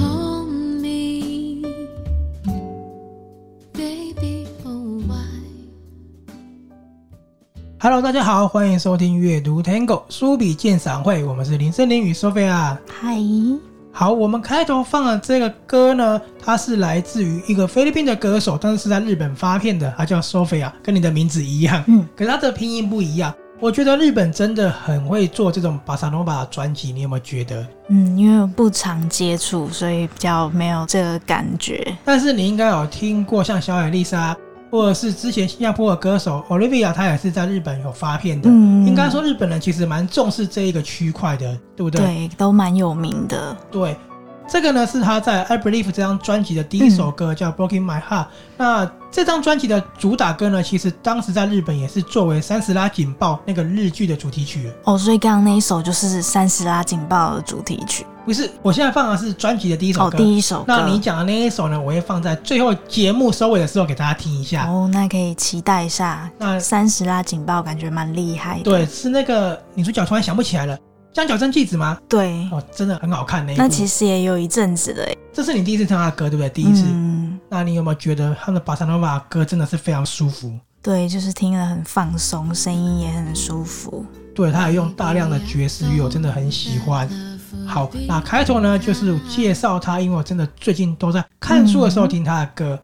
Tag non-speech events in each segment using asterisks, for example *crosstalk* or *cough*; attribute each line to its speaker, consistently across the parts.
Speaker 1: oh,
Speaker 2: Hello，大家好，欢迎收听阅读 Tango 书笔鉴赏会，我们是林森林与 Sophia。
Speaker 3: 嗨，
Speaker 2: 好，我们开头放的这个歌呢，它是来自于一个菲律宾的歌手，但是是在日本发片的，它叫 Sophia，跟你的名字一样，
Speaker 3: 嗯，
Speaker 2: 可是它的拼音不一样。我觉得日本真的很会做这种巴萨诺瓦专辑，你有没有觉得？
Speaker 3: 嗯，因为我不常接触，所以比较没有这个感觉。
Speaker 2: 但是你应该有听过像小野丽莎，或者是之前新加坡的歌手 Olivia，她也是在日本有发片的。
Speaker 3: 嗯，
Speaker 2: 应该说日本人其实蛮重视这一个区块的，对不对？
Speaker 3: 对，都蛮有名的。
Speaker 2: 对这个呢是他在《I Believe》这张专辑的第一首
Speaker 3: 嗯
Speaker 2: 歌，叫《Broken My Heart》。那这张专辑的主打歌呢，其实当时在日本也是作为《三十拉警报》那个日剧的主题曲。
Speaker 3: 哦，所以刚刚那一首就是《三十拉警报》的主题曲。
Speaker 2: 不是，我现在放的是专辑的第一首
Speaker 3: 哦，
Speaker 2: 歌。
Speaker 3: 第一首歌。
Speaker 2: 那你讲的那一首呢，我会放在最后节目收尾的时候给大家听一下。
Speaker 3: 哦，那可以期待一下。
Speaker 2: 啊那
Speaker 3: 三十拉警报感觉蛮厉害的。
Speaker 2: 对，是那个女主角突然想不起来了，江角真纪子吗？
Speaker 3: 对，
Speaker 2: 哦，真的很好看那一部。
Speaker 3: 那其实也有一阵子了耶。
Speaker 2: 这是你第一次唱他的歌，对不对？第一次。
Speaker 3: 嗯，
Speaker 2: 那你有没有觉得他们的巴萨诺瓦歌真的是非常舒服？
Speaker 3: 对，就是听了很放松，声音也很舒服。
Speaker 2: 对，他还用大量的爵士乐，我真的很喜欢。好，那开头呢就是介绍他，因为我真的最近都在看书的时候听他的歌。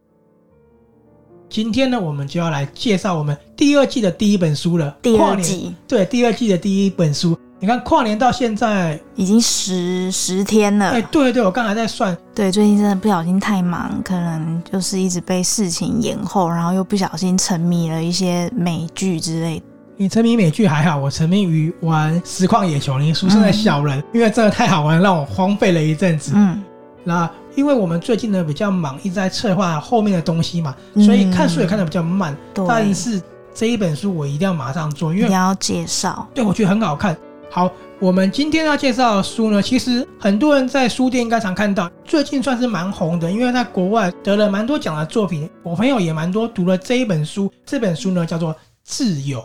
Speaker 2: 今天呢，我们就要来介绍我们第二季的第一本书了。
Speaker 3: 第
Speaker 2: 跨
Speaker 3: 二
Speaker 2: 年，
Speaker 3: 季
Speaker 2: 对，第二季的第一本书。你看跨年到现在，
Speaker 3: 已经十十天了。
Speaker 2: 哎、对对，我刚才在算，
Speaker 3: 对，最近真的不小心太忙，可能就是一直被事情延后，然后又不小心沉迷了一些美剧之类的。嗯
Speaker 2: 你沉迷美剧还好，我沉迷于玩《实况野球》你俗称的小人，因为真的太好玩，让我荒废了一阵子。
Speaker 3: 嗯，
Speaker 2: 那因为我们最近呢比较忙，一直在策划后面的东西嘛，
Speaker 3: 嗯
Speaker 2: 所以看书也看得比较慢。但
Speaker 3: 对，
Speaker 2: 是这一本书我一定要马上做，因
Speaker 3: 你
Speaker 2: 为
Speaker 3: 要介绍，
Speaker 2: 对我觉得很好看。好，我们今天要介绍的书呢，其实很多人在书店应该常看到，最近算是蛮红的，因为在国外得了蛮多奖的作品，我朋友也蛮多读了这一本书。这本书呢叫做《挚友》。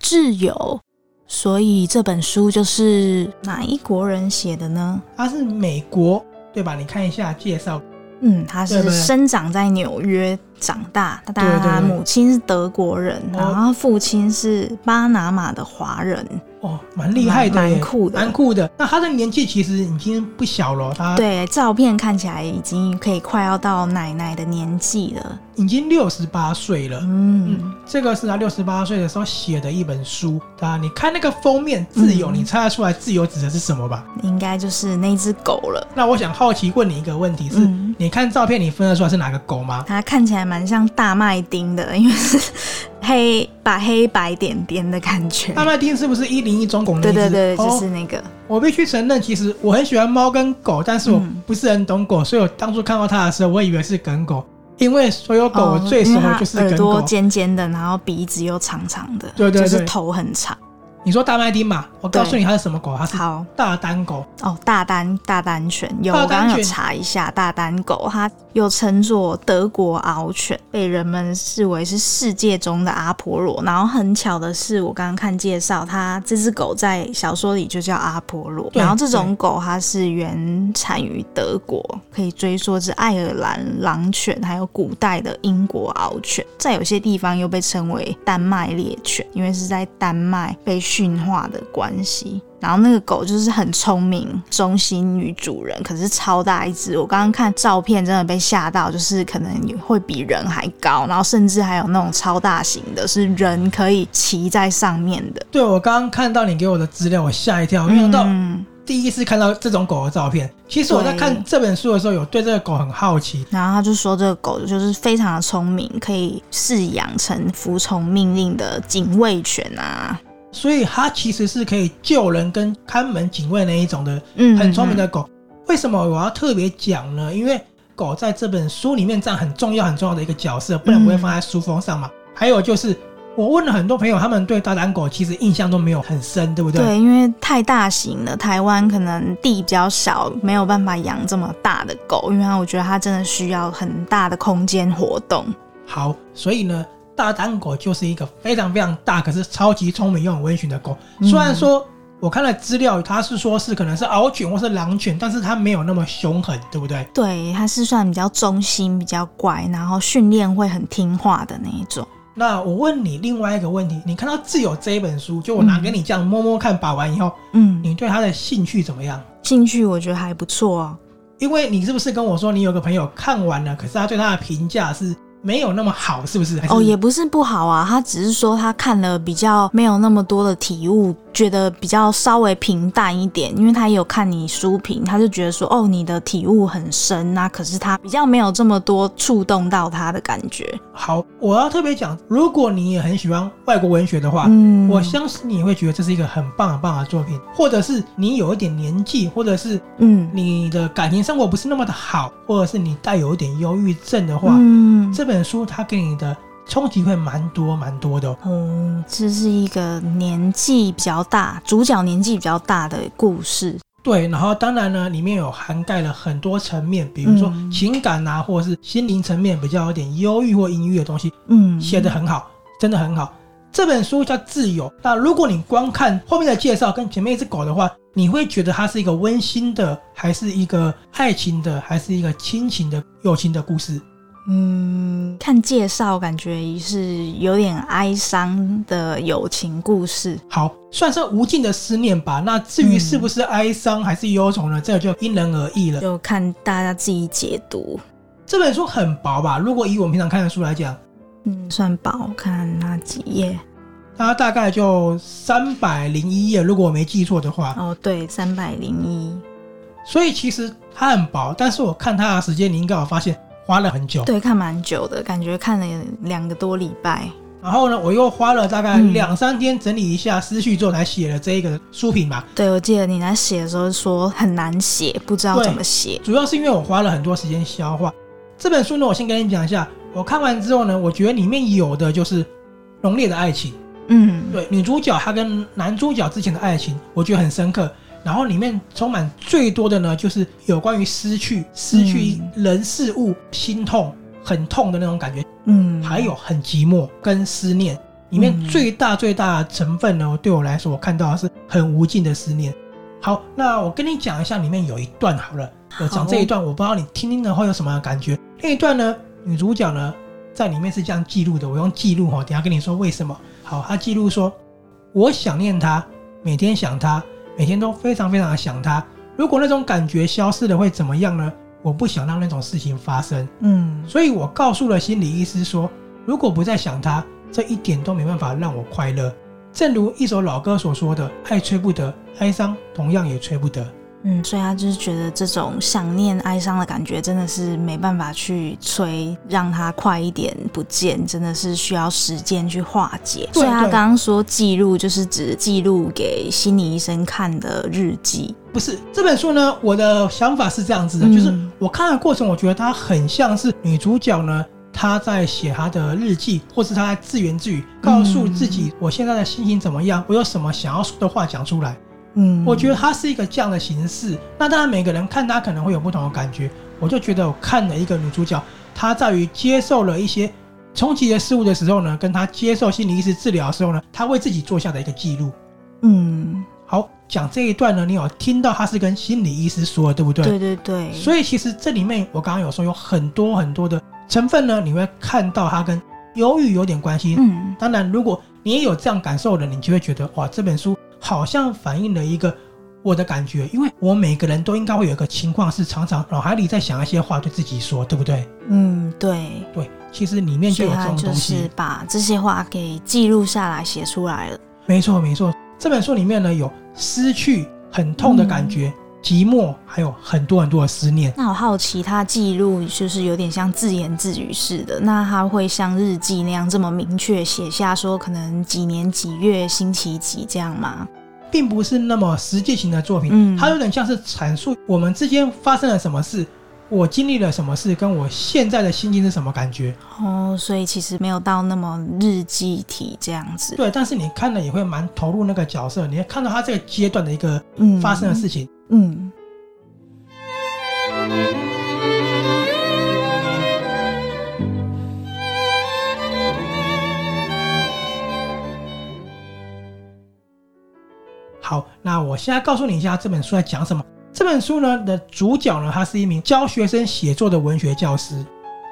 Speaker 3: 挚友。所以这本书就是哪一国人写的呢？
Speaker 2: 它是美国，对吧？你看一下介绍，
Speaker 3: 嗯，他
Speaker 2: 对
Speaker 3: 是
Speaker 2: 对
Speaker 3: 生长在纽约长大，但
Speaker 2: 对对
Speaker 3: 他
Speaker 2: 对
Speaker 3: 母亲是德国人，
Speaker 2: 哦
Speaker 3: 然后他父亲是巴拿马的华人，
Speaker 2: 哦，蛮厉害的
Speaker 3: 蛮
Speaker 2: 耶，
Speaker 3: 蛮酷的
Speaker 2: 蛮酷的。那他的年纪其实已经不小了，他
Speaker 3: 对，照片看起来已经可以快要到奶奶的年纪了。
Speaker 2: 已经六十八岁了。
Speaker 3: 嗯，
Speaker 2: 这个是他六十八岁的时候写的一本书啊，你看那个封面“自由”，
Speaker 3: 嗯
Speaker 2: 你猜得出来“自由”指的是什么吧？
Speaker 3: 应该就是那只狗了。
Speaker 2: 那我想好奇问你一个问题是：
Speaker 3: 嗯
Speaker 2: 你看照片，你分得出来是哪个狗吗？
Speaker 3: 它看起来蛮像大麦丁的， *laughs* 因为是黑把黑白点点的感觉。
Speaker 2: 大麦丁是不是一零一中拱的
Speaker 3: 对
Speaker 2: 一只？
Speaker 3: 对对，就
Speaker 2: 哦
Speaker 3: 是那个。
Speaker 2: 我必须承认，其实我很喜欢猫跟狗，但是我
Speaker 3: 嗯
Speaker 2: 不是很懂狗，所以我当初看到它的时候，我以为是梗狗，因为所有狗我
Speaker 3: 哦
Speaker 2: 最熟
Speaker 3: 因为
Speaker 2: 的
Speaker 3: 它
Speaker 2: 就是
Speaker 3: 耳
Speaker 2: 梗
Speaker 3: 朵
Speaker 2: 狗。
Speaker 3: 尖尖的，然后鼻子又长长的，
Speaker 2: 对对对
Speaker 3: 就是头很长。
Speaker 2: 你说大麦丁嘛，我告诉你它是什么狗，它是
Speaker 3: 好
Speaker 2: 大丹狗。
Speaker 3: 哦，大丹大丹犬有，
Speaker 2: 大
Speaker 3: 我
Speaker 2: 丹犬
Speaker 3: 刚刚有查一下，大丹狗它又称作德国獒犬，被人们视为是世界中的阿波罗。然后很巧的是，我刚刚看介绍，它这只狗在小说里就叫阿波罗。
Speaker 2: 对
Speaker 3: 然后这种狗它是原产于德国，可以追溯至爱尔兰狼犬，还有古代的英国獒犬，在有些地方又被称为丹麦猎犬，因为是在丹麦被驯化的关系。然后那个狗就是很聪明，忠心于主人，可是超大一只。我刚刚看照片，真的被吓到，就是可能也会比人还高，然后甚至还有那种超大型的，是人可以骑在上面的。
Speaker 2: 对我刚刚看到你给我的资料，我吓一跳，我没想到
Speaker 3: 嗯，
Speaker 2: 第一次看到这种狗的照片。其实我在看
Speaker 3: 对
Speaker 2: 这本书的时候，有对这个狗很好奇，
Speaker 3: 然后他就说这个狗就是非常的聪明，可以饲养成服从命令的警卫犬啊。
Speaker 2: 所以它其实是可以救人跟看门警卫那一种的
Speaker 3: 嗯，
Speaker 2: 很聪明的狗。为什么我要特别讲呢？因为狗在这本书里面占很重要、很重要的一个角色，不然不会放在书封上嘛。还有就是，我问了很多朋友，他们对大胆狗其实印象都没有很深，对不对？
Speaker 3: 嗯对，因为太大型了，台湾可能地比较小，没有办法养这么大的狗，因为它我觉得它真的需要很大的空间活动。
Speaker 2: 好，所以呢，
Speaker 3: 嗯
Speaker 2: 大胆狗就是一个非常非常大，可是超级聪明又很温驯的狗。虽然说我看了资料，他是说是可能是獒犬或是狼犬，但是它没有那么凶狠，对不对？
Speaker 3: 对，它是算比较忠心、比较乖，然后训练会很听话的那一种。
Speaker 2: 那我问你另外一个问题，你看到《自由》这一本书，就我拿给你这样摸摸看，把玩以后，
Speaker 3: 嗯，
Speaker 2: 你对它的兴趣怎么样？
Speaker 3: 兴趣我觉得还不错哦。
Speaker 2: 因为你是不是跟我说你有个朋友看完了，可是他对他的评价是没有那么好，是不是？还是
Speaker 3: 哦，也不是不好啊，他只是说他看了比较没有那么多的体悟，觉得比较稍微平淡一点，因为他也有看你书评，他就觉得说哦，你的体悟很深啊，可是他比较没有这么多触动到他的感觉。
Speaker 2: 好。我要特别讲，如果你也很喜欢外国文学的话，
Speaker 3: 嗯，
Speaker 2: 啊我相信你也会觉得这是一个很棒很棒的作品，或者是你有一点年纪，或者是
Speaker 3: 嗯
Speaker 2: 你的感情生活不是那么的好，或者是你带有一点忧郁症的话，
Speaker 3: 嗯，
Speaker 2: 这本书它给你的冲击会蛮多蛮多的哦、
Speaker 3: 哦，这是一个年纪比较大，主角年纪比较大的故事。
Speaker 2: 对，然后当然呢，里面有涵盖了很多层面，比如说
Speaker 3: 嗯
Speaker 2: 情感啊，或者是心灵层面比较有点忧郁或阴郁的东西，
Speaker 3: 嗯，
Speaker 2: 写得很好，真的很好。这本书叫《自由》，那如果你光看后面的介绍跟前面一只狗的话，你会觉得它是一个温馨的，还是一个爱情的，还是一个亲情的、友情的故事？
Speaker 3: 嗯，看介绍感觉是有点哀伤的友情故事。
Speaker 2: 好，算是无尽的思念吧。那至于是不是哀伤还是忧愁呢？这就因人而异了。
Speaker 3: *laughs* 就看大家自己解读。
Speaker 2: 这本书很薄吧？如果以我们平常看的书来讲，
Speaker 3: 嗯，算薄，看那几页。
Speaker 2: 它大概就三百零一页，如果我没记错的话。
Speaker 3: 哦，对，三百零一。
Speaker 2: 所以其实它很薄，但是我看它的时间，你应该有发现花了很久。
Speaker 3: 对，看蛮久的，感觉看了两个多礼拜。
Speaker 2: 然后呢，我又花了大概
Speaker 3: 嗯
Speaker 2: 两三天整理一下思绪之后，才写了这一个书评吧。
Speaker 3: 对，我记得你在写的时候说很难写，不知道
Speaker 2: 对
Speaker 3: 怎么写。
Speaker 2: 主要是因为我花了很多时间消化这本书呢。我先跟你讲一下，我看完之后呢，我觉得里面有的就是浓烈的爱情，
Speaker 3: 嗯，
Speaker 2: 对女主角她跟男主角之前的爱情，我觉得很深刻。然后里面充满最多的呢，就是有关于失去、失去人事物、心痛、很痛的那种感觉，
Speaker 3: 嗯，
Speaker 2: 还有很寂寞跟思念。里面
Speaker 3: 嗯
Speaker 2: 最大最大的成分呢，对我来说，我看到的是很无尽的思念。好，那我跟你讲一下，里面有一段好了，我讲
Speaker 3: 好
Speaker 2: 这一段，我不知道你听听了会有什么样的感觉。那一段呢，女主角呢在里面是这样记录的，我用记录哈，等一下跟你说为什么。好，她记录说，我想念他，每天想他，每天都非常非常的想他。如果那种感觉消失了，会怎么样呢？我不想让那种事情发生。
Speaker 3: 嗯
Speaker 2: 所以我告诉了心理医师说，如果不再想他，这一点都没办法让我快乐。正如一首老歌所说的：“爱吹不得，哀伤同样也吹不得。
Speaker 3: 嗯，所以他就是觉得这种想念、哀伤的感觉，真的是没办法去催，让它快一点不见，真的是需要时间去化解。
Speaker 2: 对
Speaker 3: 所以他
Speaker 2: 对
Speaker 3: 刚刚说记录，就是指记录给心理医生看的日记。”
Speaker 2: 不是这本书呢，我的想法是这样子的，
Speaker 3: 嗯
Speaker 2: 就是我看的过程，我觉得它很像是女主角呢，她在写她的日记，或是她在自言自语，告诉自己我现在的心情怎么样，我有什么想要说的话讲出来。
Speaker 3: 嗯，
Speaker 2: 我觉得它是一个这样的形式。那当然，每个人看它可能会有不同的感觉。我就觉得我看了一个女主角，她在于接受了一些冲击的事物的时候呢，跟她接受心理医师治疗的时候呢，她为自己做下的一个记录。
Speaker 3: 嗯，
Speaker 2: 好，讲这一段呢，你有听到她是跟心理医师说的，对不对？
Speaker 3: 对对对，以
Speaker 2: 所以其实这里面我刚刚有说有很多很多的成分呢，你会看到它跟忧郁有点关系。
Speaker 3: 嗯
Speaker 2: 当然，如果你也有这样感受的，你就会觉得哇，这本书好像反映了一个我的感觉，因为我每个人都应该会有一个情况是，常常哦脑海里在想一些话对自己说，对不对？
Speaker 3: 嗯对，
Speaker 2: 对，其实里面就
Speaker 3: 所以
Speaker 2: 有这
Speaker 3: 他
Speaker 2: 种
Speaker 3: 就
Speaker 2: 东西。
Speaker 3: 是把这些话给记录下来，写出来了。
Speaker 2: 没错，没错。这本书里面呢，有失去、很痛的感觉、
Speaker 3: 嗯
Speaker 2: 寂寞，还有很多很多的思念。
Speaker 3: 那我好奇，他记录就是有点像自言自语似的，那他会像日记那样这么明确写下说可能几年几月星期几这样吗？
Speaker 2: 并不是那么实际型的作品，
Speaker 3: 嗯
Speaker 2: 它有点像是阐述我们之间发生了什么事，我经历了什么事，跟我现在的心境是什么感觉。
Speaker 3: 哦，所以其实没有到那么日记体这样子。
Speaker 2: 对，但是你看了也会蛮投入那个角色，你会看到他这个阶段的一个
Speaker 3: 嗯
Speaker 2: 发生的事情。
Speaker 3: 嗯。
Speaker 2: 好，那我现在告诉你一下这本书在讲什么。这本书呢的主角呢，他是一名教学生写作的文学教师、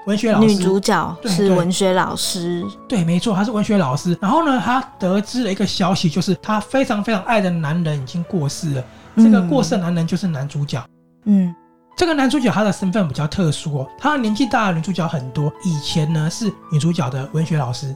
Speaker 2: 文学老师。
Speaker 3: 女主角
Speaker 2: 对
Speaker 3: 是
Speaker 2: 对
Speaker 3: 文学老师，
Speaker 2: 对，没错，他是文学老师。然后呢，他得知了一个消息，就是他非常非常爱的男人已经过世了。这个过世的男人就是男主角。
Speaker 3: 嗯
Speaker 2: 这个男主角他的身份比较特殊哦，他年纪大的女主角很多，以前呢是女主角的文学老师。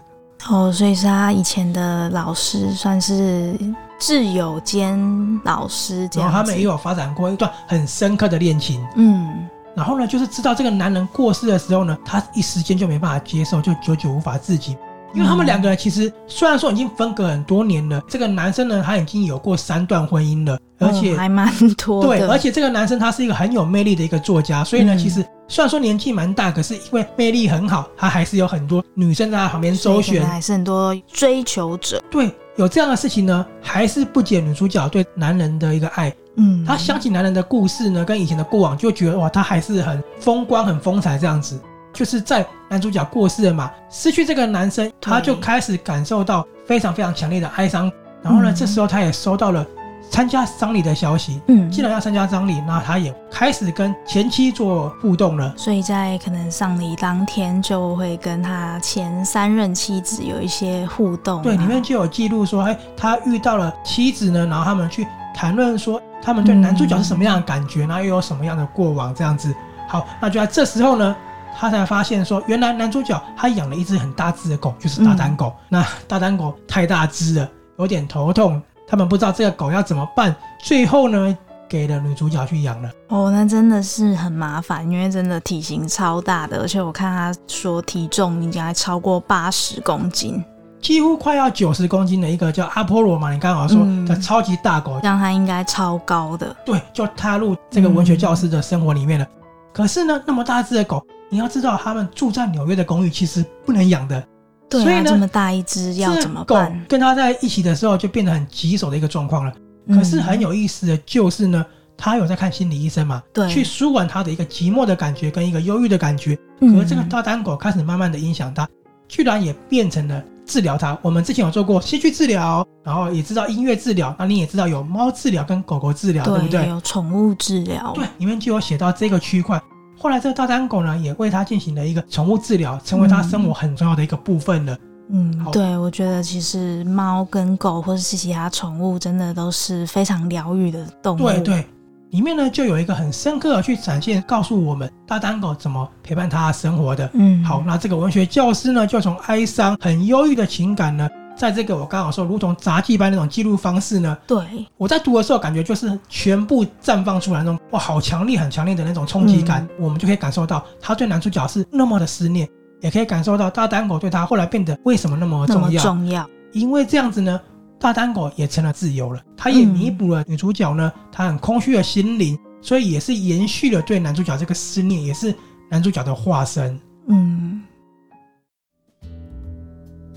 Speaker 3: 哦，所以是他以前的老师，算是挚友兼老师这
Speaker 2: 然后哦
Speaker 3: 样
Speaker 2: 他
Speaker 3: 子
Speaker 2: 们也有发展过一段很深刻的恋情。
Speaker 3: 嗯
Speaker 2: 然后呢，就是知道这个男人过世的时候呢，他一时间就没办法接受，就久久无法自己。因为他们两个人其实虽然说已经分隔很多年了，这个男生呢他已经有过三段婚姻了，而且、
Speaker 3: 嗯还蛮多的，
Speaker 2: 对，而且这个男生他是一个很有魅力的一个作家，所以呢，
Speaker 3: 嗯
Speaker 2: 其实虽然说年纪蛮大，可是因为魅力很好，他还是有很多女生在他旁边周
Speaker 3: 所以可
Speaker 2: 旋
Speaker 3: 能。还是很多追求者，
Speaker 2: 对，有这样的事情呢，还是不解女主角对男人的一个爱。
Speaker 3: 嗯，
Speaker 2: 她想起男人的故事呢，跟以前的过往，就觉得哇，他还是很风光、很风采这样子。就是在男主角过世了嘛，失去这个男生，他就开始感受到非常非常强烈的哀伤。然后呢，
Speaker 3: 嗯
Speaker 2: 这时候他也收到了参加丧礼的消息，
Speaker 3: 嗯，
Speaker 2: 既然要参加葬礼，那他也开始跟前妻做互动了。
Speaker 3: 所以在可能丧礼当天就会跟他前三任妻子有一些互动、啊，
Speaker 2: 对，里面就有记录说，哎，他遇到了妻子呢，然后他们去谈论说他们对男主角是什么样的感觉，然后又有什么样的过往这样子。好，那就在这时候呢，他才发现说，原来男主角他养了一只很大只的狗，就是大丹狗。那大丹狗太大只了，有点头痛，他们不知道这个狗要怎么办。最后呢，给了女主角去养了。
Speaker 3: 哦，那真的是很麻烦，因为真的体型超大的，而且我看他说体重应该超过八十公斤，
Speaker 2: 几乎快要九十公斤的一个叫阿波罗嘛，你刚好说
Speaker 3: 嗯
Speaker 2: 的超级大狗，
Speaker 3: 让他应该超高的，
Speaker 2: 对，就踏入这个文学教师的生活里面了。可是呢，那么大只的狗，你要知道，他们住在纽约的公寓，其实不能养的。
Speaker 3: 对
Speaker 2: 所以
Speaker 3: 啊，
Speaker 2: 呢
Speaker 3: 这么大一只要
Speaker 2: 这
Speaker 3: 怎么
Speaker 2: 狗
Speaker 3: 办？
Speaker 2: 跟它在一起的时候，就变得很棘手的一个状况了。可是很
Speaker 3: 有、
Speaker 2: 有意思的就是呢，他有在看心理医生嘛，
Speaker 3: 对
Speaker 2: 去舒缓他的一个寂寞的感觉跟一个忧郁的感觉。
Speaker 3: 嗯
Speaker 2: 可是这个大单狗开始慢慢的影响他，居然也变成了治疗他。我们之前有做过戏剧治疗，然后也知道音乐治疗，那你也知道有猫治疗跟狗狗治疗，对不对？
Speaker 3: 有宠物治疗，
Speaker 2: 哦对，里面就有写到这个区块。后来这个大单狗呢，也为它进行了一个宠物治疗，成为它生活很重要的一个部分了。
Speaker 3: 嗯
Speaker 2: 好，
Speaker 3: 对，我觉得其实猫跟狗或者是其他宠物，真的都是非常疗愈的动物，
Speaker 2: 对对，里面呢就有一个很深刻的去展现，告诉我们大单狗怎么陪伴它生活的。
Speaker 3: 嗯，
Speaker 2: 好，那这个文学教师呢，就从哀伤、很忧郁的情感呢，在这个我刚好说如同杂技般那种记录方式呢，
Speaker 3: 对，
Speaker 2: 我在读的时候感觉就是全部绽放出来那种哇，好强烈、很强烈的那种冲击感，
Speaker 3: 嗯
Speaker 2: 我们就可以感受到他对男主角是那么的思念，也可以感受到大单狗对他后来变得为什么那么
Speaker 3: 那
Speaker 2: 重
Speaker 3: 么
Speaker 2: 要，
Speaker 3: 重要，
Speaker 2: 因为这样子呢，大单狗也成了自由了，它也
Speaker 3: 嗯
Speaker 2: 弥补了女主角呢，她很空虚的心灵，所以也是延续了对男主角这个思念，也是男主角的化身。
Speaker 3: 嗯。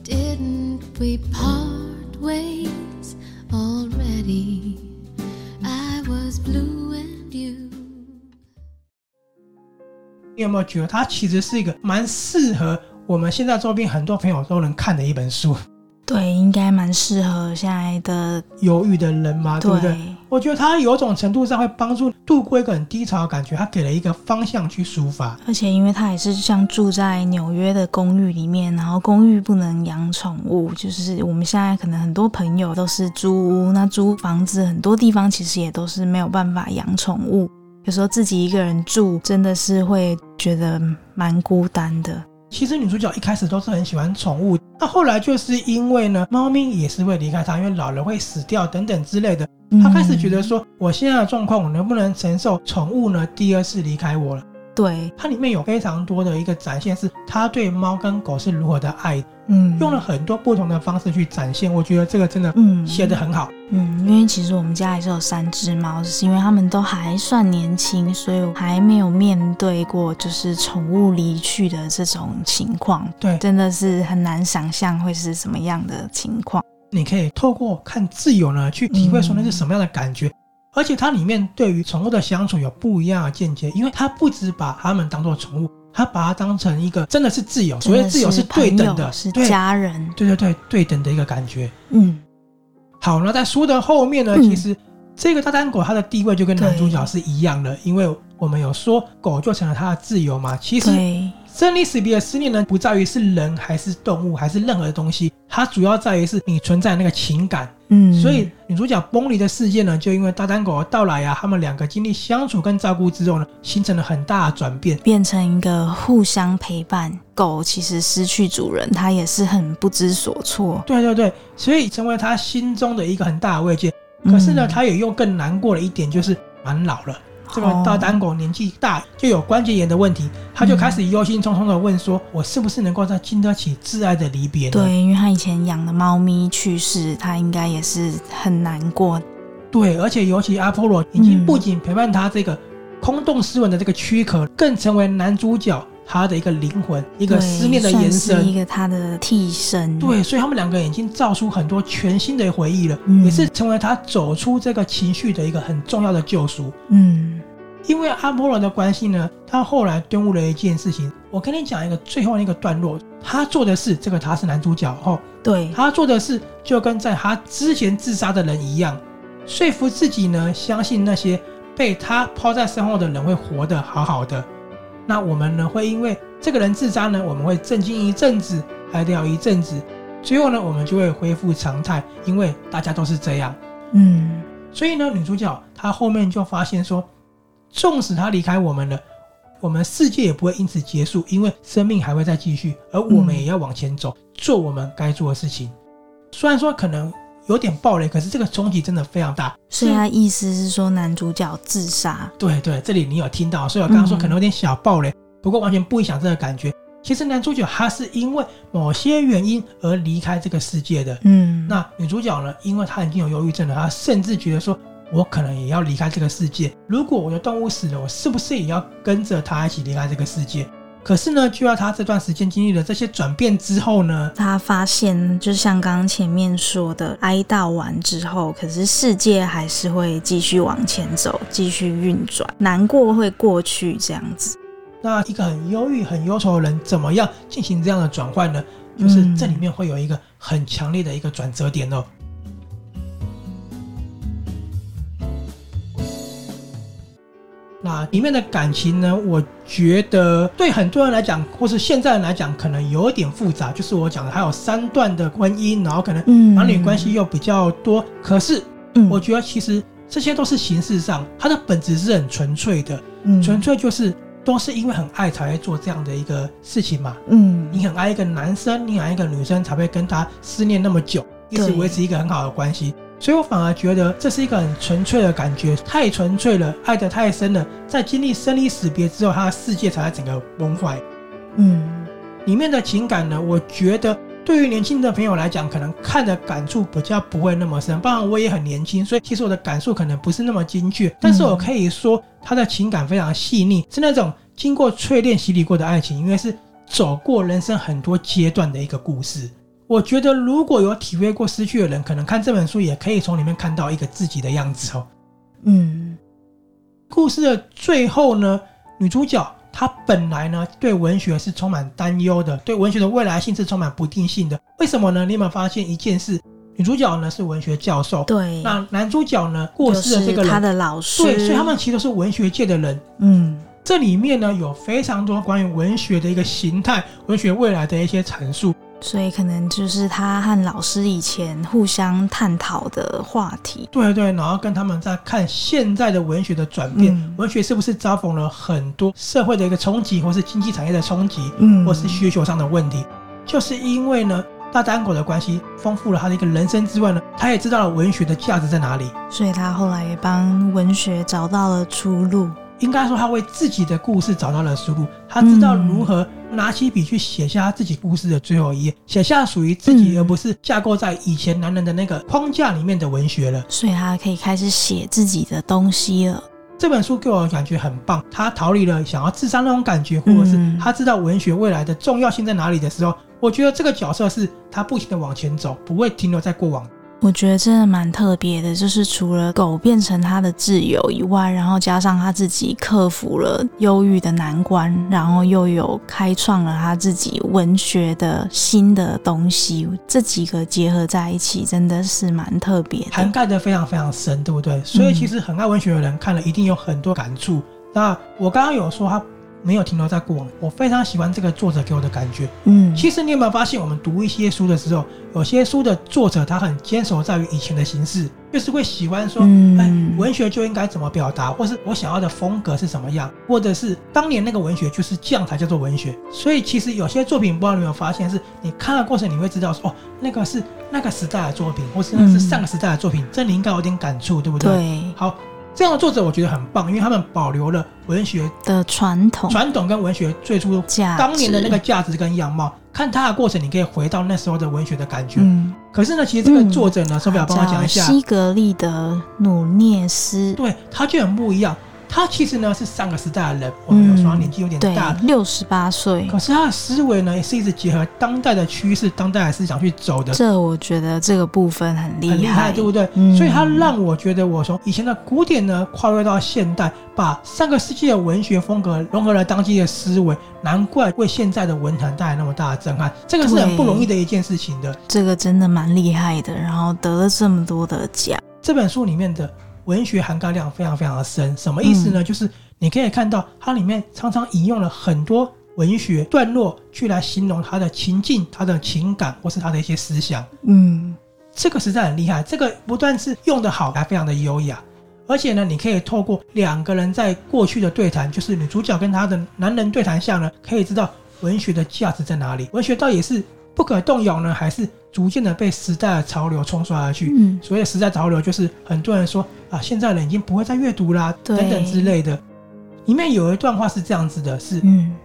Speaker 1: Didn't we part ways already? I was blue and you.
Speaker 2: 你有没有觉得它其实是一个蛮适合我们现在周边很多朋友都能看的一本书？
Speaker 3: 对，应该蛮适合现在的，
Speaker 2: 忧郁的人嘛，啊对不对？我觉得它有种程度上会帮助度过一个很低潮的感觉，它给了一个方向去抒发。
Speaker 3: 而且因为他也是像住在纽约的公寓里面，然后公寓不能养宠物，就是我们现在可能很多朋友都是租屋，那租房子很多地方其实也都是没有办法养宠物，有时候自己一个人住真的是会觉得蛮孤单的，
Speaker 2: 其实女主角一开始都是很喜欢宠物，那后来就是因为呢，猫咪也是会离开她，因为老了会死掉等等之类的，她开始觉得
Speaker 3: 嗯
Speaker 2: 说，我现在的状况，我能不能承受宠物呢第二次离开我了？
Speaker 3: 对，
Speaker 2: 它里面有非常多的一个展现，是她对猫跟狗是如何的爱，
Speaker 3: 嗯，
Speaker 2: 用了很多不同的方式去展现。我觉得这个真的
Speaker 3: 嗯
Speaker 2: 写得很好。
Speaker 3: 嗯，因为其实我们家也是有三只猫，只是因为它们都还算年轻，所以我还没有面对过就是宠物离去的这种情况，
Speaker 2: 对，
Speaker 3: 真的是很难想象会是什么样的情况。
Speaker 2: 你可以透过看自由呢，去体会说那是什么样的感觉。而且它里面对于宠物的相处有不一样的见解，因为它不只把它们当做宠物，它把它当成一个真的是自由，所谓自由
Speaker 3: 真的是
Speaker 2: 对等
Speaker 3: 朋
Speaker 2: 的
Speaker 3: 友，是
Speaker 2: 对
Speaker 3: 家人，
Speaker 2: 对对对对等的一个感觉。
Speaker 3: 嗯
Speaker 2: 好，那在书的后面呢，
Speaker 3: 嗯
Speaker 2: 其实这个大丹狗它的地位就跟男主角
Speaker 3: 对
Speaker 2: 是一样的，因为我们有说狗就成了它的自由嘛。其实
Speaker 3: 对，
Speaker 2: 生离死别的思念呢，不在于是人还是动物还是任何的东西，它主要在于是你存在的那个情感。
Speaker 3: 嗯，
Speaker 2: 所以女主角崩离的事件呢，就因为大丹狗的到来啊，他们两个经历相处跟照顾之后呢，形成了很大的转变。
Speaker 3: 变成一个互相陪伴。狗其实失去主人，它也是很不知所措。
Speaker 2: 对啊对对，所以成为他心中的一个很大的慰藉。可是呢，
Speaker 3: 嗯
Speaker 2: 他也又更难过的一点就是蛮老了，这个
Speaker 3: 哦
Speaker 2: 大丹狗年纪大就有关节炎的问题，他就开始忧心忡忡的问说：“我是不是能够再经得起挚爱的离别呢？”
Speaker 3: 对，因为它以前养的猫咪去世，它应该也是很难过。
Speaker 2: 对，而且尤其阿波罗已经
Speaker 3: 嗯
Speaker 2: 不仅陪伴他这个空洞斯文的这个躯壳，更成为男主角他的一个灵魂，一
Speaker 3: 一
Speaker 2: 个思念的延伸。
Speaker 3: 一个它的替身。
Speaker 2: 对，所以他们两个人已经造出很多全新的回忆了，
Speaker 3: 嗯
Speaker 2: 也是成为他走出这个情绪的一个很重要的救赎。
Speaker 3: 嗯，
Speaker 2: 因为阿波罗的关系呢，他后来顿悟了一件事情。我跟你讲一个最后那个段落，他做的事，这个他是男主角哦，
Speaker 3: 对，
Speaker 2: 他做的事就跟在他之前自杀的人一样，说服自己呢，相信那些被他抛在身后的人会活得好好的。那我们呢，会因为这个人自杀呢，我们会震惊一阵子，哀悼一阵子，最后呢，我们就会恢复常态，因为大家都是这样。
Speaker 3: 嗯，
Speaker 2: 所以呢，女主角她后面就发现说，纵使她离开我们了，我们世界也不会因此结束，因为生命还会再继续，而我们也要往前走，做我们该做的事情。虽然说可能有点暴雷，可是这个冲击真的非常大。
Speaker 3: 所以它意思是说男主角自杀。
Speaker 2: 对对，这里你有听到，所以我刚刚说
Speaker 3: 嗯
Speaker 2: 可能有点小暴雷，不过完全不影响这个感觉。其实男主角他是因为某些原因而离开这个世界的，
Speaker 3: 嗯，
Speaker 2: 那女主角呢，因为她已经有忧郁症了，她甚至觉得说，我可能也要离开这个世界。如果我的动物死了，我是不是也要跟着它一起离开这个世界？可是呢，就要她这段时间经历了这些转变之后呢，
Speaker 3: 他发现，就像刚刚前面说的，哀悼完之后，可是世界还是会继续往前走，继续运转，难过会过去，这样子。
Speaker 2: 那一个很忧郁、很忧愁的人，怎么样进行这样的转换呢？就是
Speaker 3: 嗯
Speaker 2: 这里面会有一个很强烈的一个转折点哦。那里面的感情呢？我觉得对很多人来讲，或是现在人来讲，可能有点复杂。就是我讲的，还有三段的婚姻，然后可能
Speaker 3: 嗯
Speaker 2: 男女关系，又比较多。可是
Speaker 3: 嗯
Speaker 2: 我觉得其实这些都是形式上，它的本质是很纯粹的。
Speaker 3: 嗯
Speaker 2: 纯粹就是都是因为很爱才会做这样的一个事情嘛。
Speaker 3: 嗯
Speaker 2: 你很爱一个男生，你很爱一个女生，才会跟他思念那么久，一直
Speaker 3: 对
Speaker 2: 维持一个很好的关系。所以我反而觉得这是一个很纯粹的感觉，太纯粹了，爱得太深了，在经历生离死别之后，他的世界才会整个崩坏。
Speaker 3: 嗯
Speaker 2: 里面的情感呢，我觉得对于年轻的朋友来讲，可能看的感触比较不会那么深。当然，我也很年轻，所以其实我的感触可能不是那么精确，但是我可以说他的情感非常细腻，是那种经过淬炼洗礼过的爱情，因为是走过人生很多阶段的一个故事。我觉得如果有体会过失去的人，可能看这本书也可以从里面看到一个自己的样子哦。
Speaker 3: 嗯
Speaker 2: 故事的最后呢，女主角她本来呢对文学是充满担忧的，对文学的未来性是充满不定性的。为什么呢？你有没有发现一件事？女主角呢是文学教授，
Speaker 3: 对，
Speaker 2: 那男主角呢过
Speaker 3: 就
Speaker 2: 世的这
Speaker 3: 是
Speaker 2: 个
Speaker 3: 他
Speaker 2: 人，
Speaker 3: 的老师，
Speaker 2: 对，所以他们其实都是文学界的人。
Speaker 3: 嗯
Speaker 2: 这里面呢有非常多关于文学的一个形态、文学未来的一些阐述。
Speaker 3: 所以可能就是他和老师以前互相探讨的话题。
Speaker 2: 对对，然后跟他们在看现在的文学的转变，
Speaker 3: 嗯
Speaker 2: 文学是不是遭逢了很多社会的一个冲击，或是经济产业的冲击，
Speaker 3: 嗯
Speaker 2: 或是需求上的问题，就是因为呢。大单狗的关系丰富了他的一个人生之外呢，他也知道了文学的价值在哪里。
Speaker 3: 嗯所以他后来也帮文学找到了出路。
Speaker 2: 应该说，他为自己的故事找到了出路，他知道
Speaker 3: 嗯
Speaker 2: 如何拿起笔去写下他自己故事的最后一页，写下属于自己，
Speaker 3: 嗯
Speaker 2: 而不是架构在以前男人的那个框架里面的文学了。
Speaker 3: 所以他可以开始写自己的东西了。
Speaker 2: 这本书给我的感觉很棒，他逃离了想要自杀那种感觉，或者是
Speaker 3: 嗯
Speaker 2: 他知道文学未来的重要性在哪里的时候，我觉得这个角色是他不停的往前走，不会停留在过往。
Speaker 3: 我觉得真的蛮特别的，就是除了狗变成他的挚友以外，然后加上他自己克服了忧郁的难关，然后又有开创了他自己文学的新的东西，这几个结合在一起，真的是蛮特别
Speaker 2: 涵
Speaker 3: 的。
Speaker 2: 盖的非常非常深，对不对？所以其实很爱文学的人看了一定有很多感触。那我刚刚有说他没有停留在过往，我非常喜欢这个作者给我的感觉。
Speaker 3: 嗯，
Speaker 2: 其实你有没有发现，我们读一些书的时候，有些书的作者他很坚守在于以前的形式，就是会喜欢说，哎、
Speaker 3: 嗯
Speaker 2: 文学就应该怎么表达，或是我想要的风格是什么样，或者是当年那个文学就是这样才叫做文学。所以其实有些作品，不知道你有没有发现是，你看的过程你会知道说，哦，那个是那个时代的作品，或是那个是上个时代的作品，这你应该有点感触，对不对？
Speaker 3: 对
Speaker 2: 好，这样的作者我觉得很棒，因为他们保留了文学
Speaker 3: 的传统
Speaker 2: 传统跟文学最初
Speaker 3: 价值，
Speaker 2: 当年的那个价值跟样貌，看他的过程，你可以回到那时候的文学的感觉。
Speaker 3: 嗯，
Speaker 2: 可是呢，其实这个作者呢，手表帮我讲
Speaker 3: 叫
Speaker 2: 一下，
Speaker 3: 西格利的努涅斯，
Speaker 2: 对他就很不一样。他其实呢是上个时代的人，我们有说他
Speaker 3: 嗯
Speaker 2: 年纪有点
Speaker 3: 对
Speaker 2: 大，，
Speaker 3: 六十八岁。
Speaker 2: 可是他的思维呢也是一直结合当代的趋势、当代的思想去走的，
Speaker 3: *laughs* 这我觉得这个部分很
Speaker 2: 很
Speaker 3: 厉
Speaker 2: 厉害，对不对？
Speaker 3: 嗯
Speaker 2: 所以他让我觉得，我从以前的古典呢跨越到现代，把上个世纪的文学风格融合了当今的思维，难怪为现在的文坛带来那么大的震撼，这个是很不容易的一件事情的。
Speaker 3: 这个真的蛮厉害的，然后得了这么多的奖，
Speaker 2: 这本书里面的文学涵盖量非常非常的深，什么意思呢？就是你可以看到它里面常常引用了很多文学段落去来形容他的情境、他的情感或是他的一些思想。
Speaker 3: 嗯，
Speaker 2: 这个实在很厉害，这个不但是用得好，还非常的优雅。而且呢，你可以透过两个人在过去的对谈，就是女主角跟她的男人对谈下呢，可以知道文学的价值在哪里。文学到底是不可动摇呢，还是逐渐的被时代的潮流冲刷下去？
Speaker 3: 嗯
Speaker 2: 所谓的时代潮流，就是很多人说啊，现在人已经不会再阅读啦，
Speaker 3: 对
Speaker 2: 等等之类的。里面有一段话是这样子的，是
Speaker 3: 嗯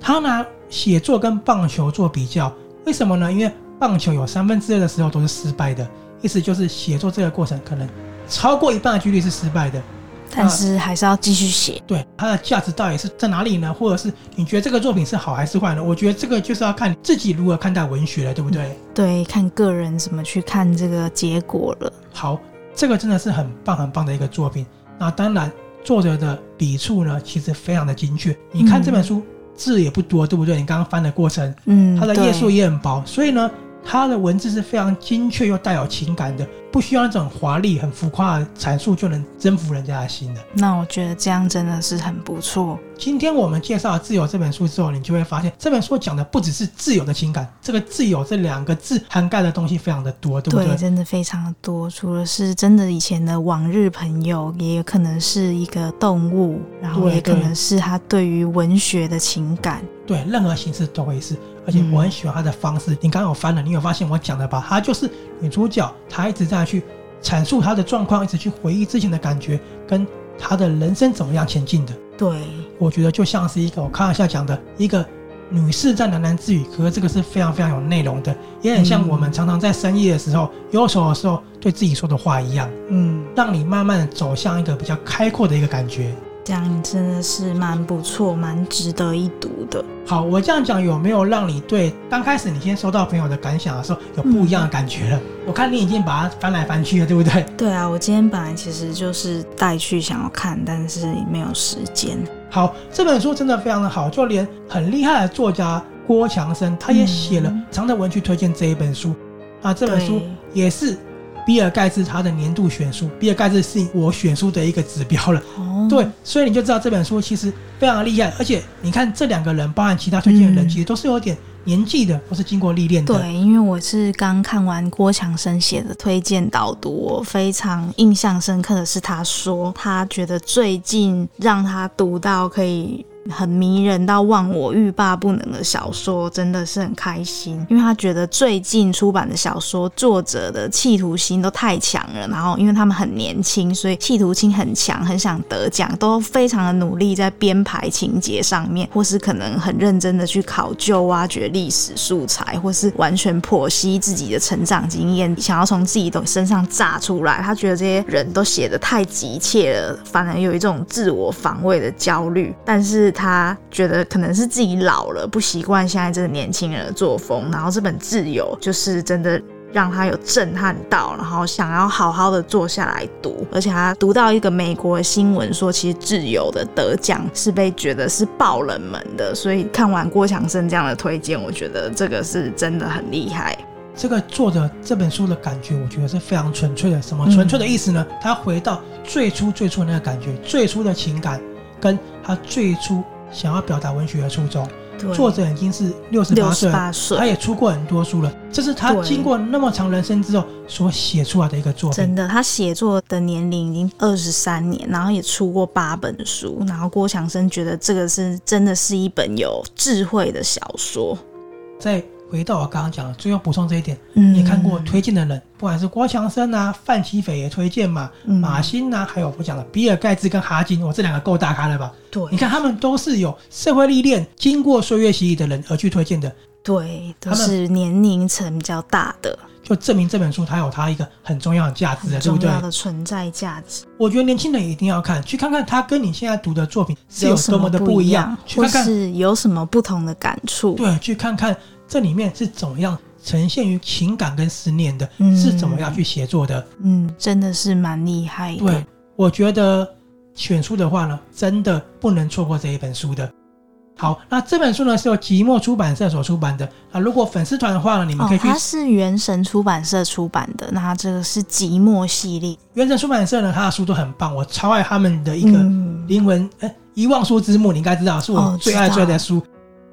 Speaker 2: 他拿写作跟棒球做比较，为什么呢？因为棒球有三分之二的时候都是失败的，意思就是写作这个过程可能超过一半的几率是失败的。
Speaker 3: 但是还是要继续写，
Speaker 2: 对它的价值到底是在哪里呢？或者是你觉得这个作品是好还是坏呢？我觉得这个就是要看你自己如何看待文学了，对不对？
Speaker 3: 对，看个人怎么去看这个结果了，
Speaker 2: 好，这个真的是很棒很棒的一个作品。那当然，作者的笔触呢，其实非常的精确。你看这本书、字也不多，对不对？你刚刚翻的过程，
Speaker 3: 嗯，
Speaker 2: 它的页数
Speaker 3: 对
Speaker 2: 也很薄，所以呢，它的文字是非常精确又带有情感的，不需要那种华丽、很浮夸的阐述就能征服人家的心的。
Speaker 3: 那我觉得这样真的是很不错，
Speaker 2: 今天我们介绍了《自由》这本书之后，你就会发现这本书讲的不只是自由的情感，这个“自由”这两个字涵盖的东西非常的多，对不对？
Speaker 3: 真的非常的多，除了是真的以前的往日朋友，也有可能是一个动物，然后
Speaker 2: 对
Speaker 3: 也可
Speaker 2: 对
Speaker 3: 能是他对于文学的情感，
Speaker 2: 对，任何形式都会是，而且我很喜欢他的方式。你刚刚有翻了，你有发现我讲的吧？他就是女主角，她一直在去阐述她的状况，一直去回忆之前的感觉，跟她的人生怎么样前进的。
Speaker 3: 对，
Speaker 2: 我觉得就像是一个我看一下讲的一个女士在喃喃自语，可是这个是非常非常有内容的，也很像我们常常在深夜的时候、忧愁的时候对自己说的话一样，
Speaker 3: 嗯。
Speaker 2: 让你慢慢的走向一个比较开阔的一个感觉。
Speaker 3: 这样真的是蛮不错，蛮值得一读的。
Speaker 2: 好，我这样讲有没有让你对刚开始你先收到朋友的感想的时候有不一样的感觉
Speaker 3: 嗯
Speaker 2: 了？我看你已经把它翻来翻去了，对不对？
Speaker 3: 对啊，我今天本来其实就是带去想要看，但是没有时间。
Speaker 2: 好，这本书真的非常的好，就连很厉害的作家郭强生他也写了
Speaker 3: 嗯
Speaker 2: 长的文去推荐这一本书啊，这本书也是比尔盖茨他的年度选书，比尔盖茨是我选书的一个指标了。
Speaker 3: 哦，
Speaker 2: 对，，所以你就知道这本书其实非常厉害，而且你看这两个人，包含其他推荐的人，
Speaker 3: 嗯
Speaker 2: 其实都是有点年纪的，或是经过历练的。
Speaker 3: 对，因为我是刚看完郭强生写的推荐导读，我非常印象深刻的是他说，他觉得最近让他读到可以。很迷人到忘我、欲罢不能的小说，真的是很开心，因为他觉得最近出版的小说作者的企图心都太强了，然后因为他们很年轻，所以企图心很强，很想得奖，都非常的努力在编排情节上面，或是可能很认真的去考究、挖掘历史素材，或是完全剖析自己的成长经验，想要从自己的身上炸出来。他觉得这些人都写的太急切了，反而有一种自我防卫的焦虑。但是他觉得可能是自己老了，不习惯现在这个年轻人的作风，然后这本《自由》就是真的。让他有震撼到，然后想要好好的坐下来读，而且他读到一个美国的新闻说，其实挚友的得奖是被觉得是爆冷门的，所以看完郭强生这样的推荐，我觉得这个是真的很厉害。
Speaker 2: 这个作者这本书的感觉，我觉得是非常纯粹的。什
Speaker 3: 嗯
Speaker 2: 么纯粹的意思呢？他回到最初最初的那个感觉，最初的情感，跟他最初想要表达文学的初衷。作者已经是六十八
Speaker 3: 六
Speaker 2: 岁
Speaker 3: 十
Speaker 2: 了，
Speaker 3: 八岁，
Speaker 2: 他也出过很多书了，这是他
Speaker 3: 对
Speaker 2: 经过那么长人生之后所写出来的一个作
Speaker 3: 真
Speaker 2: 品。
Speaker 3: 的，他写作的年龄已经二十三年，然后也出过八本书，然后郭强生觉得这个是真的是一本有智慧的小说。
Speaker 2: 再回到我刚刚讲的，最后补充这一点，
Speaker 3: 嗯
Speaker 2: 你看过推荐的人，不管是郭强生啊、范奇斐也推荐嘛，
Speaker 3: 嗯
Speaker 2: 马欣啊，还有我讲的比尔盖茨跟哈金，我这两个够大咖了吧？
Speaker 3: 对，
Speaker 2: 你看他们都是有社会历练、经过岁月洗礼的人而去推荐的，
Speaker 3: 对，都
Speaker 2: 他们
Speaker 3: 是年龄层比较大的，
Speaker 2: 就证明这本书它有它一个很重要的价值
Speaker 3: 很
Speaker 2: 的，对不
Speaker 3: 重
Speaker 2: 啊对
Speaker 3: 要？的存在价值。
Speaker 2: 我觉得年轻人也一定要看，去看看它跟你现在读的作品是
Speaker 3: 有什
Speaker 2: 多么的
Speaker 3: 不
Speaker 2: 一
Speaker 3: 样，
Speaker 2: 去
Speaker 3: 或
Speaker 2: 看看
Speaker 3: 是有什么不同的感触？
Speaker 2: 对，去看看这里面是怎么样呈现于情感跟思念的，
Speaker 3: 嗯
Speaker 2: 是怎么样去写作的。
Speaker 3: 嗯，真的是蛮厉害的。
Speaker 2: 对，我觉得选书的话呢，真的不能错过这一本书的。好，那这本书呢是由即墨出版社所出版的。那如果粉丝团的话呢，你们
Speaker 3: 哦
Speaker 2: 可以，去
Speaker 3: 它是原神出版社出版的，那它这个是即墨系列。
Speaker 2: 原神出版社呢，它的书都很棒，我超爱他们的一个
Speaker 3: 嗯，
Speaker 2: 灵魂，哎、遗忘书之墓，你应该知道，是我
Speaker 3: 哦
Speaker 2: 最爱
Speaker 3: 知
Speaker 2: 最
Speaker 3: 道
Speaker 2: 爱的书。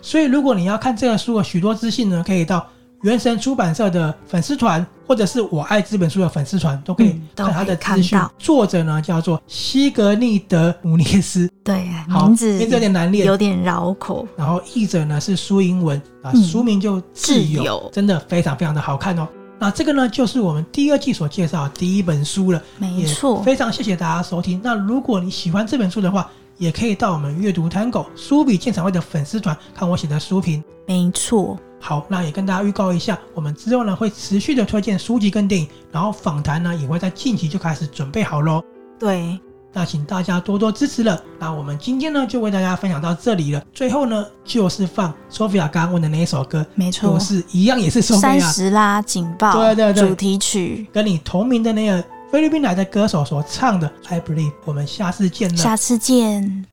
Speaker 2: 所以如果你要看这个书的许多资讯呢，可以到原神出版社的粉丝团，或者是我爱这本书的粉丝团，都可以
Speaker 3: 嗯都
Speaker 2: 看它的
Speaker 3: 可以看
Speaker 2: 资讯。
Speaker 3: 到
Speaker 2: 作者呢叫做西格尼德·姆涅斯，
Speaker 3: 对，
Speaker 2: 好，
Speaker 3: 名字
Speaker 2: 名字有点难念。
Speaker 3: 有点绕口。
Speaker 2: 然后译者呢是苏英文啊，
Speaker 3: 嗯
Speaker 2: 书名就《自由
Speaker 3: 挚》友
Speaker 2: 真的非常非常的好看哦。那这个呢，就是我们第二季所介绍的第一本书了。
Speaker 3: 没
Speaker 2: 也
Speaker 3: 错，
Speaker 2: 非常谢谢大家收听。那如果你喜欢这本书的话，也可以到我们阅读 Tango 书笔鉴赏会的粉丝团看我写的书评。
Speaker 3: 没错，
Speaker 2: 好，那也跟大家预告一下，我们之后呢会持续的推荐书籍跟电影，然后访谈呢也会在近期就开始准备好喽。
Speaker 3: 对，
Speaker 2: 那请大家多多支持了。那我们今天呢就为大家分享到这里了。最后呢就是放 Sophia 刚刚问的那一首歌，
Speaker 3: 没错
Speaker 2: 就，是一样也是
Speaker 3: 三
Speaker 2: Sophia
Speaker 3: 十啦，警报，
Speaker 2: 对啊对对
Speaker 3: 主题曲，
Speaker 2: 跟你同名的那个菲律宾来的歌手所唱的《I Believe》。我们下次见了，
Speaker 3: 下次见，